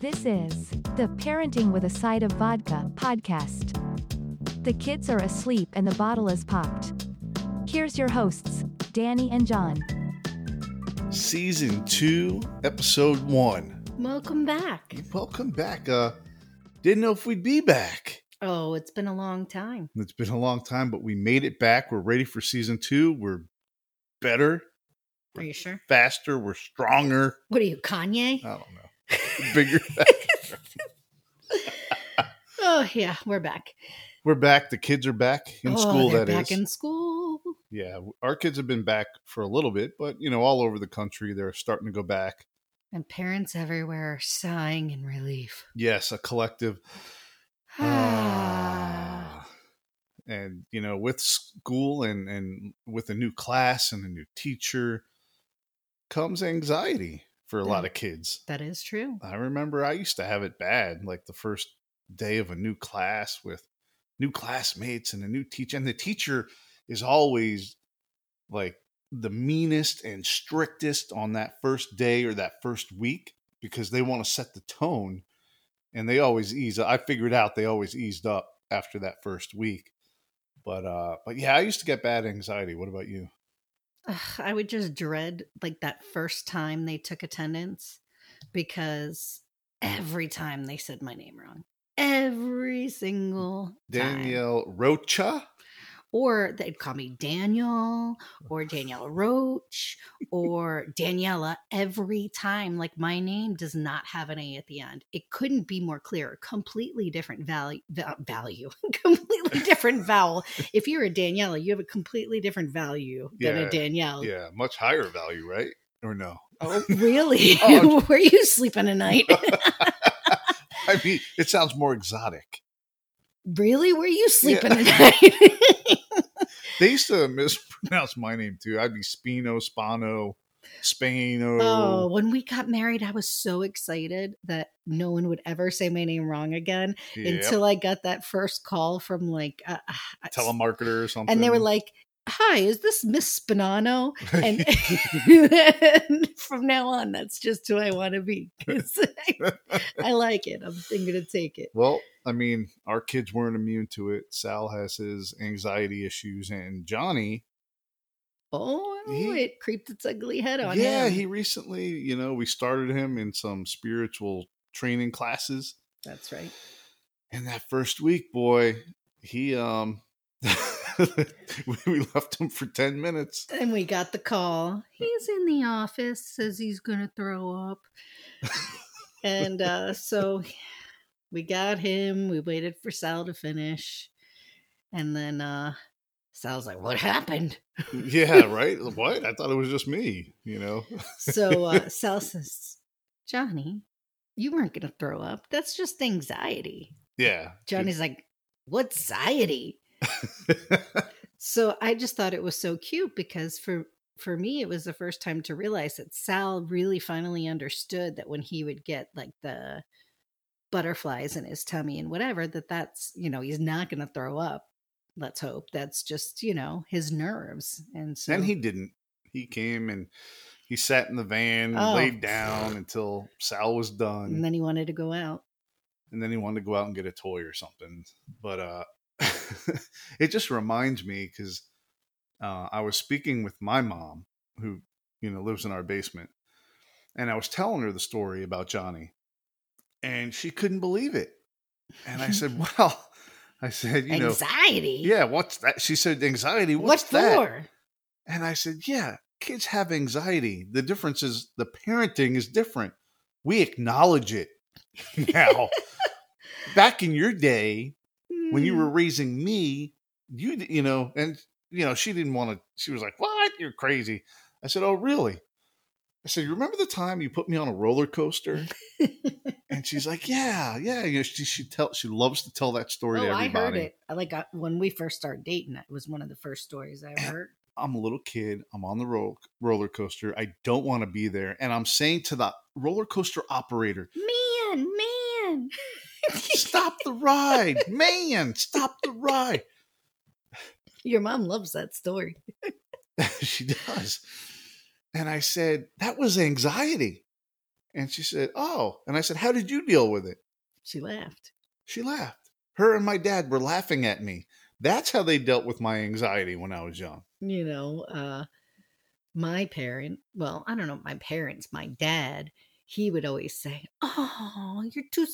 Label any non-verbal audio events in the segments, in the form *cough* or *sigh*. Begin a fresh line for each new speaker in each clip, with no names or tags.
This is the Parenting with a Side of Vodka podcast. The kids are asleep and the bottle is popped. Here's your hosts, Danny and John.
season two, episode one.
Welcome back.
Welcome back. Uh, didn't know if we'd be back.
Oh, it's been a long time.
It's been a long time, but we made it back. We're ready for season two. We're better,
Are you sure?
faster. We're stronger.
What are you, Kanye?
I don't know.
*laughs*
Bigger.
oh yeah, we're back.
We're back. The kids are back in
oh,
school.
they're
That is.
back in school.
yeah, our kids have been back for a little bit, but you know, all over the country, they're starting to go back.
And parents everywhere are sighing in relief. *sighs*
Yes, a collective. Ah. and you know with school and and with a new class and a new teacher comes anxiety for a lot of kids
that is true.
i remember i used to have it bad like the first day of a new class with new classmates and a new teacher and the teacher is always like the meanest and strictest on that first day or that first week because they want to set the tone and they always ease i figured out they always eased up after that first week but uh but yeah i used to get bad anxiety what about you
Ugh, I would just dread like that first time they took attendance because every time they said my name wrong. Every single time.
danielle rocha
or they'd call me Daniel or Daniela Roach or Daniela every time. Like my name does not have an A at the end. It couldn't be more clear. Completely different value, value, *laughs*
*laughs*
completely different vowel. If you're a Daniela, you have a completely different value than
Yeah,
a Danielle.
yeah much higher value right or no
Oh, really?
*laughs* Oh,
*laughs* Were you sleeping
*laughs*
tonight?
i mean it sounds more exotic
*laughs* really? Were you sleeping
Yeah.
*laughs* tonight?
They used to mispronounce my name too. I'd be Spino, Spano, Spano.
Oh, when we got married, I was so excited that no one would ever say my name wrong again.
Yep.
until I got that first call from like uh, uh,
telemarketer or something.
and they were like, "Hi, is this Miss Spinano?"
*laughs*
And, *laughs* and from now on, that's just who I want to be *laughs* 'cause I, I like it. I'm, I'm gonna take it.
well, I mean, our kids weren't immune to it. Sal has his anxiety issues, and Johnny.
Oh,
*laughs* He-
it creeped its ugly head on
yeah,
him.
he recently, you know, we started him in some spiritual training classes,
that's right.
and that first week, boy, he um. *laughs* we left him for 10 minutes
And we got the call. He's in the office. Says he's gonna throw up. and uh, so we got him. We waited for Sal to finish, and then uh, Sal's like, "What happened?"
yeah right what i thought it was just me you know *laughs*
So uh, Sal says, "Johnny, you weren't gonna throw up. That's just anxiety."
yeah *laughs*
Johnny's like, "What's anxiety?" So I just thought it was so cute because for for me it was the first time to realize that Sal really finally understood that when he would get like the butterflies in his tummy and whatever that that's you know he's not going to throw up let's hope that's just you know his nerves and so
And he didn't. He came and he sat in the van and
Oh.
laid down until Sal was done.
and then he wanted to go out
and then he wanted to go out and get a toy or something. But uh *laughs* it just reminds me because uh, I was speaking with my mom, who you know lives in our basement, and I was telling her the story about Johnny, and she couldn't believe it. And I
*laughs*
said, "Wow," I said, "You know,
anxiety
yeah, what's that?" She said, "Anxiety.
what
What's
for
that?" And I said, Yeah, kids have anxiety. The difference is the parenting is different. We acknowledge it *laughs* now. Back in your day, when you
Hmm.
were raising me, you d- you know, and you know, she didn't want to. She was like, "What? You're crazy." I said, "Oh, really?" I said, "You remember the time you put me on a roller
*laughs*
coaster?" and she's like, "Yeah, yeah." You know, she she tell she loves to tell that story
oh
to
i
everybody.
heard it I, like I, when we first started dating it was one of the first stories i heard
I'm a little kid. I'm on the ro- roller coaster. I don't want to be there. And I'm saying to the roller coaster operator,
man man *laughs*
stop the ride. Man, stop the ride. *laughs*
Your mom loves that story.
she does. And I said, that was anxiety. And she said, Oh. And I said, How did you deal with it?
She laughed.
She laughed. Her and my dad were laughing at me. That's how they dealt with my anxiety when I was young.
You know, uh, my parent, well, I don't know, my parents, my dad, he would always say, "Oh, you're too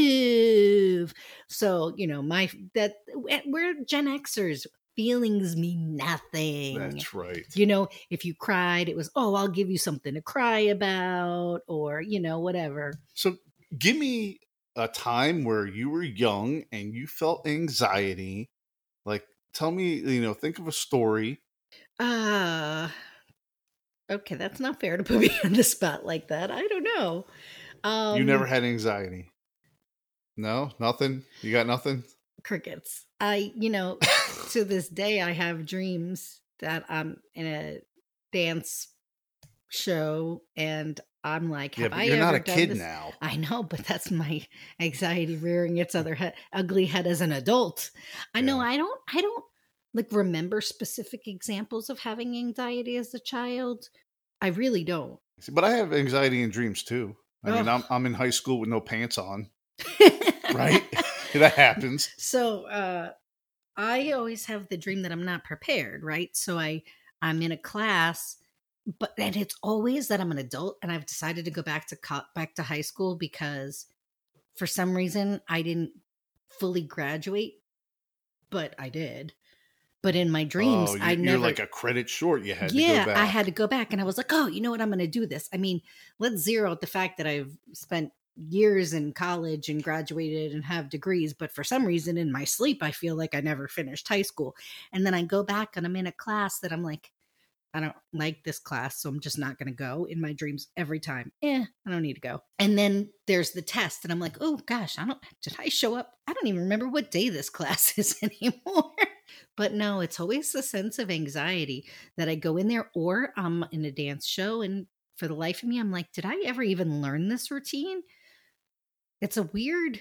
sensitive." So you know, my that eh, we're Gen Xers. Feelings mean nothing.
That's right.
You know, if you cried, it was, "Oh, I'll give you something to cry about," or you know, whatever.
So give me a time where you were young and you felt anxiety. Like, tell me, you know, think of a story.
Uh okay, that's not fair to put *laughs* me on the spot like that. I don't know. Um,
you never had anxiety. No, nothing. You got nothing.
crickets. I, you know, to this day, I have dreams that I'm in a dance show, and I'm like,
yeah,
have
but
I
you're
ever
not a
done
kid
this?
now.
I know, but that's my *laughs* anxiety rearing its other head, ugly head as an adult. I know
Yeah.
I don't, I don't like remember specific examples of having anxiety as a child. I really don't.
But I have anxiety in dreams too. I mean,
Oh.
I'm I'm in high school with no pants on, *laughs*
*laughs*
right? *laughs* that happens.
so uh i always have the dream that i'm not prepared right so i i'm in a class but and it's always that i'm an adult and i've decided to go back to co- back to high school because for some reason i didn't fully graduate but i did but in my dreams
oh, you,
i never
you're like a credit short. You had
yeah,
to go back.
I had to go back and I was like, oh, you know what? I'm going to do this. I mean, let's zero out the fact that I've spent years in college and graduated and have degrees, but for some reason in my sleep, I feel like I never finished high school. And then I go back and I'm in a class that I'm like, I don't like this class, so I'm just not going to go in my dreams every time. Eh, I don't need to go. And then there's the test, and I'm like, oh gosh, I don't, did I show up? I don't even remember what day this *laughs* class is anymore. but no, it's always a sense of anxiety that I go in there or I'm in a dance show. And for the life of me, I'm like, did I ever even learn this routine? It's a weird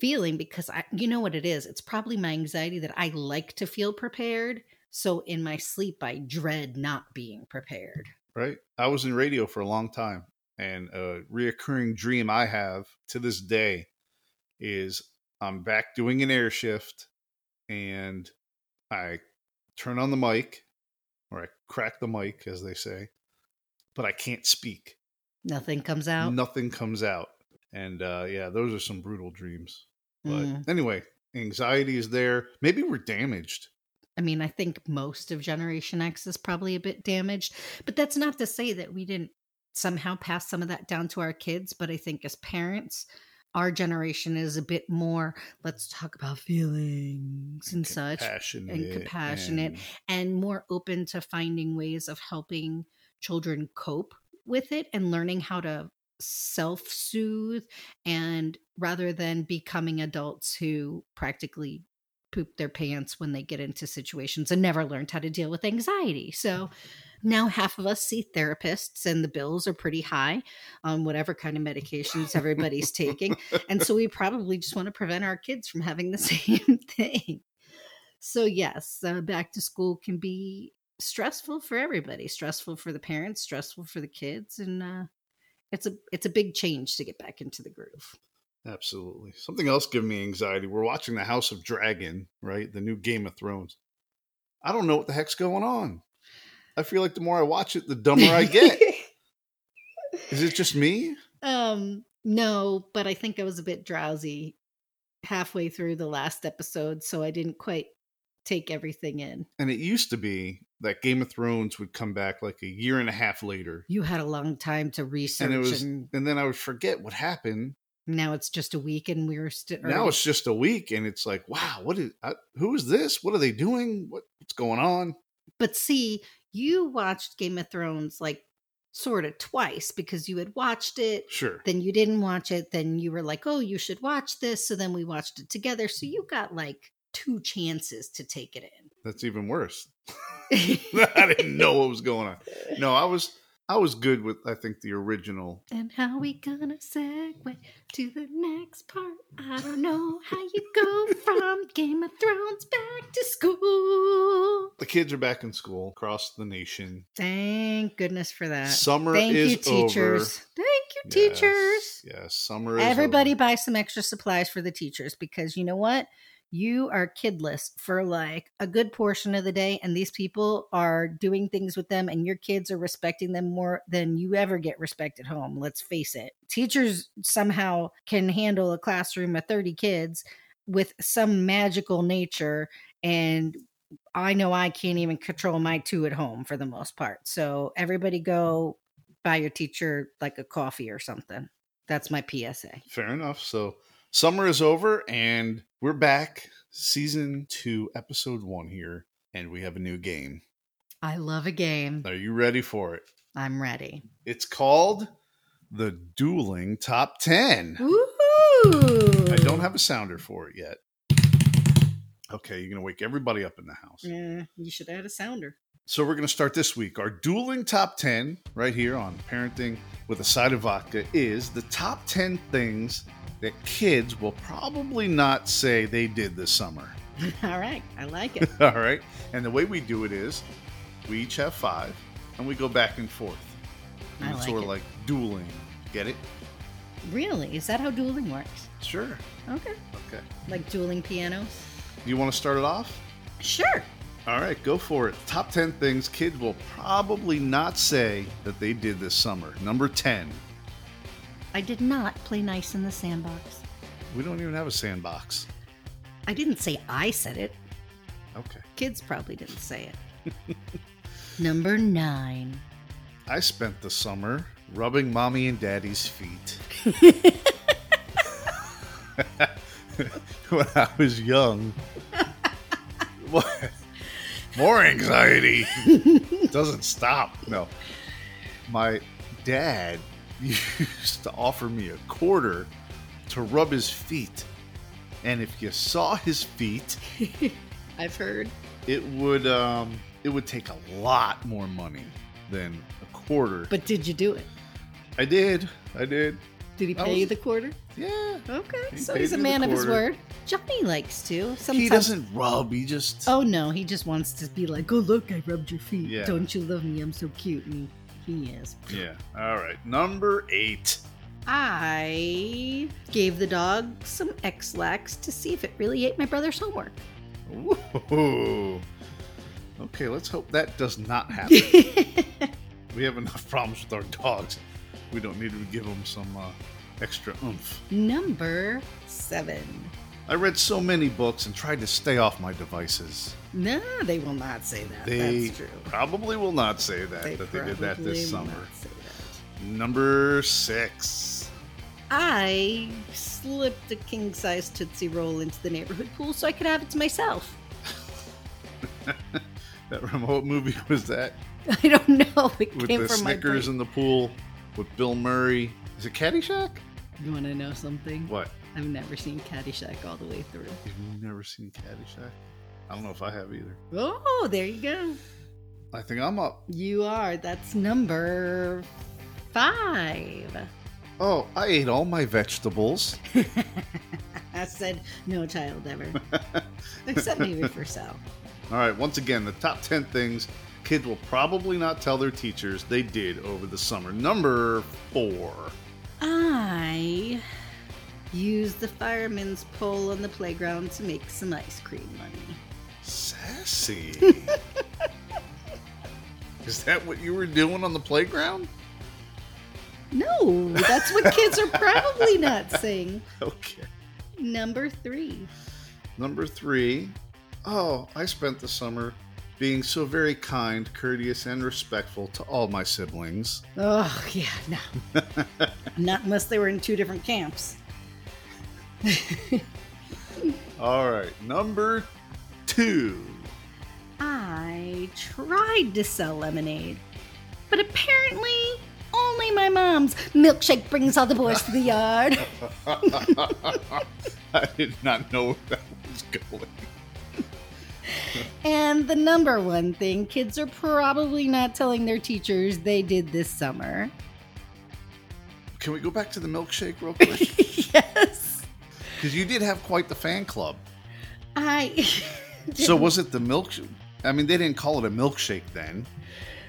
feeling because I, you know what it is? It's probably my anxiety that I like to feel prepared. So in my sleep, I dread not being prepared.
right? I was in radio for a long time, and a reoccurring dream I have to this day is I'm back doing an air shift, and I turn on the mic, or I crack the mic, as they say, but I can't speak.
Nothing comes out.
Nothing comes out, and uh, yeah, those are some brutal dreams. But
Mm.
anyway, anxiety is there. Maybe we're damaged.
I mean, I think most of Generation X is probably a bit damaged, but that's not to say that we didn't somehow pass some of that down to our kids. But I think as parents, our generation is a bit more let's talk about feelings and such
Compassionate
compassionate.
and-
and more open to finding ways of helping children cope with it and learning how to self soothe and rather than becoming adults who practically poop their pants when they get into situations and never learned how to deal with anxiety. So now half of us see therapists and the bills are pretty high on whatever kind of medications everybody's taking. And so we probably just want to prevent our kids from having the *laughs* same thing. So, yes, uh, back to school can be stressful for everybody stressful for the parents stressful for the kids and uh, it's a it's a big change to get back into the groove
Absolutely. Something else giving me anxiety. We're watching The House of Dragon, right? The new Game of Thrones. I don't know what the heck's going on. I feel like the more I watch it, the dumber I get. Is it just me?
*laughs* Um, no, but I think I was a bit drowsy halfway through the last episode, so I didn't quite take everything in.
And it used to be that Game of Thrones would come back like a year and a half later.
You had a long time to research,
And
and,
it was and then I would forget what happened.
now it's just a week, and we were still
Now it's just a week and it's like, wow, what is I, who is this? What are they doing? What, what's going on?
But see, you watched Game of Thrones like sort of twice because you had watched it.
Sure.
Then you didn't watch it. Then you were like, oh, you should watch this. So then we watched it together. So you got like two chances to take it in.
*laughs* That's even worse. I didn't know what was going on. No, I was I was good with I think the original.
And how we gonna segue to the next part? I don't know how you go from Game of Thrones back to school.
The kids are back in school across the nation.
Thank goodness for that.
Summer
Uh, Thank
is
you, teachers. Thank you,
over.
teachers.
Yes, yes, summer is
Everybody
over.
buy some extra supplies for the teachers because you know what? You are kidless for like a good portion of the day, and these people are doing things with them, and your kids are respecting them more than you ever get respect at home. Let's face it. Teachers somehow can handle a classroom of 30 kids with some magical nature, and I know I can't even control my two at home for the most part. So, everybody go buy your teacher like a coffee or something. That's my PSA.
Fair enough. So summer is over and we're back. Season two, episode one here, and we have a new game.
I love a game.
Are you ready for it?
I'm
*laughs*
ready.
It's called the Dueling Top 10.
Woohoo!
I don't have a sounder for it yet. Okay, you're going to wake everybody up in the house.
Yeah, you should add a sounder. *laughs*
So we're going to start this week. Our dueling top 10 right here on Parenting with a Side of Vodka is the top 10 things that kids will probably not say they did this summer. *laughs*
All right, I like it.
All right. And the way we do it is we each have five and we go back and forth.
I
And it's
like
sort
it.
of like dueling. Get it?
really? Is that how dueling works?
Sure.
Okay.
Okay.
Like dueling pianos?
You want to start it off?
Sure.
All right, go for it. Top 10 things kids will probably not say that they did this summer. Number 10.
I did not play nice in the sandbox.
We don't even have a sandbox.
I didn't say I said it.
Okay.
Kids probably didn't say it.
*laughs*
Number nine.
I spent the summer rubbing mommy and daddy's feet. *laughs* when I was young. What? More anxiety. Doesn't stop. No. My dad used to offer me a quarter to rub his feet. And if you saw his feet,
I've heard.
it would um, it would take a lot more money than a quarter.
But did you do it?
I did. I did.
Did he
I
pay you
was-
the quarter?
Yeah.
Okay,
He
so
paid
he's a
me the
man of his
quarter.
word. Johnny likes to. Sometimes.
He doesn't rub. He just.
Oh no, he just wants to be like, "Oh look, I rubbed your feet.
Yeah.
Don't you love me? I'm so cute." And he he is.
Yeah. All right. Number eight.
I gave the dog some X-Lax to see if it really ate my brother's homework. *laughs*
Whoa. Okay. Let's hope that does not happen.
I
we have enough problems with our dogs. We don't need to give them some uh, extra oomph.
Number seven.
I read so many books and tried to stay off my devices.
No, they will not say that.
They
That's true.
probably will not say that that they did that
probably will
this summer.
not say that.
Number six.
I slipped a king size Tootsie Roll into the neighborhood pool so I could have it to myself. *laughs*
That *laughs* remote movie was that
I don't know. It
with
came
the
from
Snickers
my
in the pool with Bill Murray. Is it Caddyshack?
brain. You want to know something?
What?
I've never seen Caddyshack all the way through.
You've never seen Caddyshack? I don't know if I have either.
Oh, there you go.
I think I'm up.
You are. That's number five.
Oh, I ate all my vegetables.
I said no child ever, except maybe for Sal.
All right, once again, the top 10 things kids will probably not tell their teachers they did over the summer. Number four.
I used the fireman's pole on the playground to make some ice cream money. *laughs*
Sassy. Is that what you were doing on the playground?
No, that's what kids are probably not saying.
Okay.
Number three.
Number three, oh, I spent the summer being so very kind, courteous, and respectful to all my siblings.
Oh, yeah, no. not unless they were in two different camps.
All right, number two. *laughs*
I tried to sell lemonade, but apparently only my mom's milkshake brings all the boys to
*laughs*
the yard.
I did not know where that was going.
And the number one thing kids are probably not telling their teachers they did this summer. *laughs*
Can we go back to the milkshake real
*laughs*
quick?
yes.
Because you did have quite the fan club.
I. *laughs*
So was it the milk? I mean, they didn't call it a milkshake then,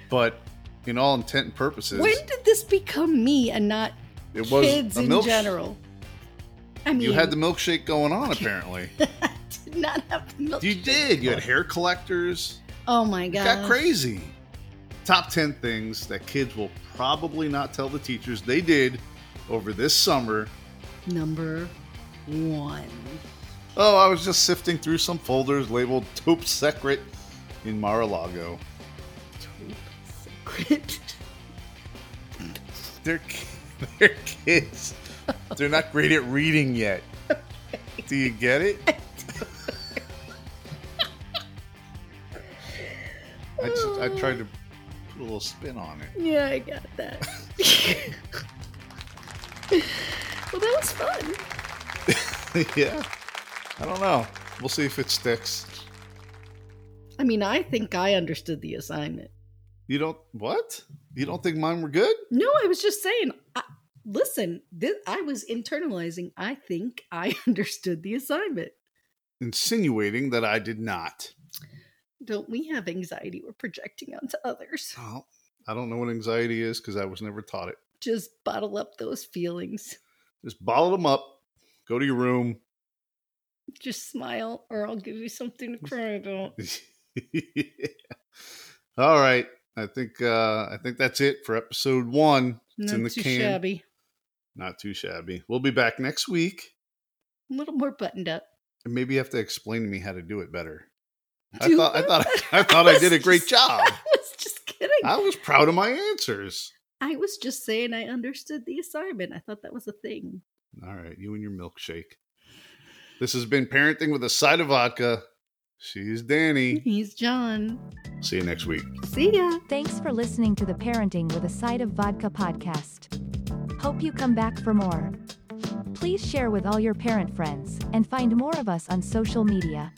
but in all intent and purposes,
When did this become me and not
it was
kids
a
in
milkshake.
general? I mean,
You had the milkshake going on, apparently.
I did *laughs* not have the milk.
you did. You had hair collectors.
Oh my
It
god!
got crazy. Top 10 things that kids will probably not tell the teachers they did over this summer.
Number one.
Oh, I was just sifting through some folders labeled Taupe Secret in Mar a Lago.
Top secret. *laughs*
They're, ki- *laughs* they're kids. They're not great at reading yet. Do you get it? I, just, I tried to put a little spin on it.
yeah, I got that. *laughs* well, that was fun.
*laughs* yeah. I don't know. We'll see if it sticks.
I mean, I think I understood the assignment.
You don't what? You don't think mine were good?
No, I was just saying. I, listen, this, I was internalizing. I think I *laughs* understood the assignment.
Insinuating that I did not.
Don't we have anxiety we're projecting onto others?
Well, I don't know what anxiety is because I was never taught it.
Just bottle up those feelings.
Just bottle them up. Go to your room. *laughs*
Just smile, or I'll give you something to cry about.
All right. I think uh I think that's it for episode one. It's
Not
in the
too
can.
shabby.
Not too shabby. We'll be back next week.
A little more buttoned up. *laughs*
And maybe you have to explain to me how to do it better. I
Do
thought I
it
thought
better.
I thought I
was
did a great
just-
job.
I was just kidding.
I was proud of my answers.
I was just saying I understood the assignment. I thought that was a thing.
All right, you and your milkshake. This has been Parenting with a Side of Vodka. She's
*laughs*
Danny.
He's John.
See you next week.
See ya.
Thanks for listening to the Parenting with a Side of Vodka podcast. Hope you come back for more. Please share with all your parent friends and find more of us on social media.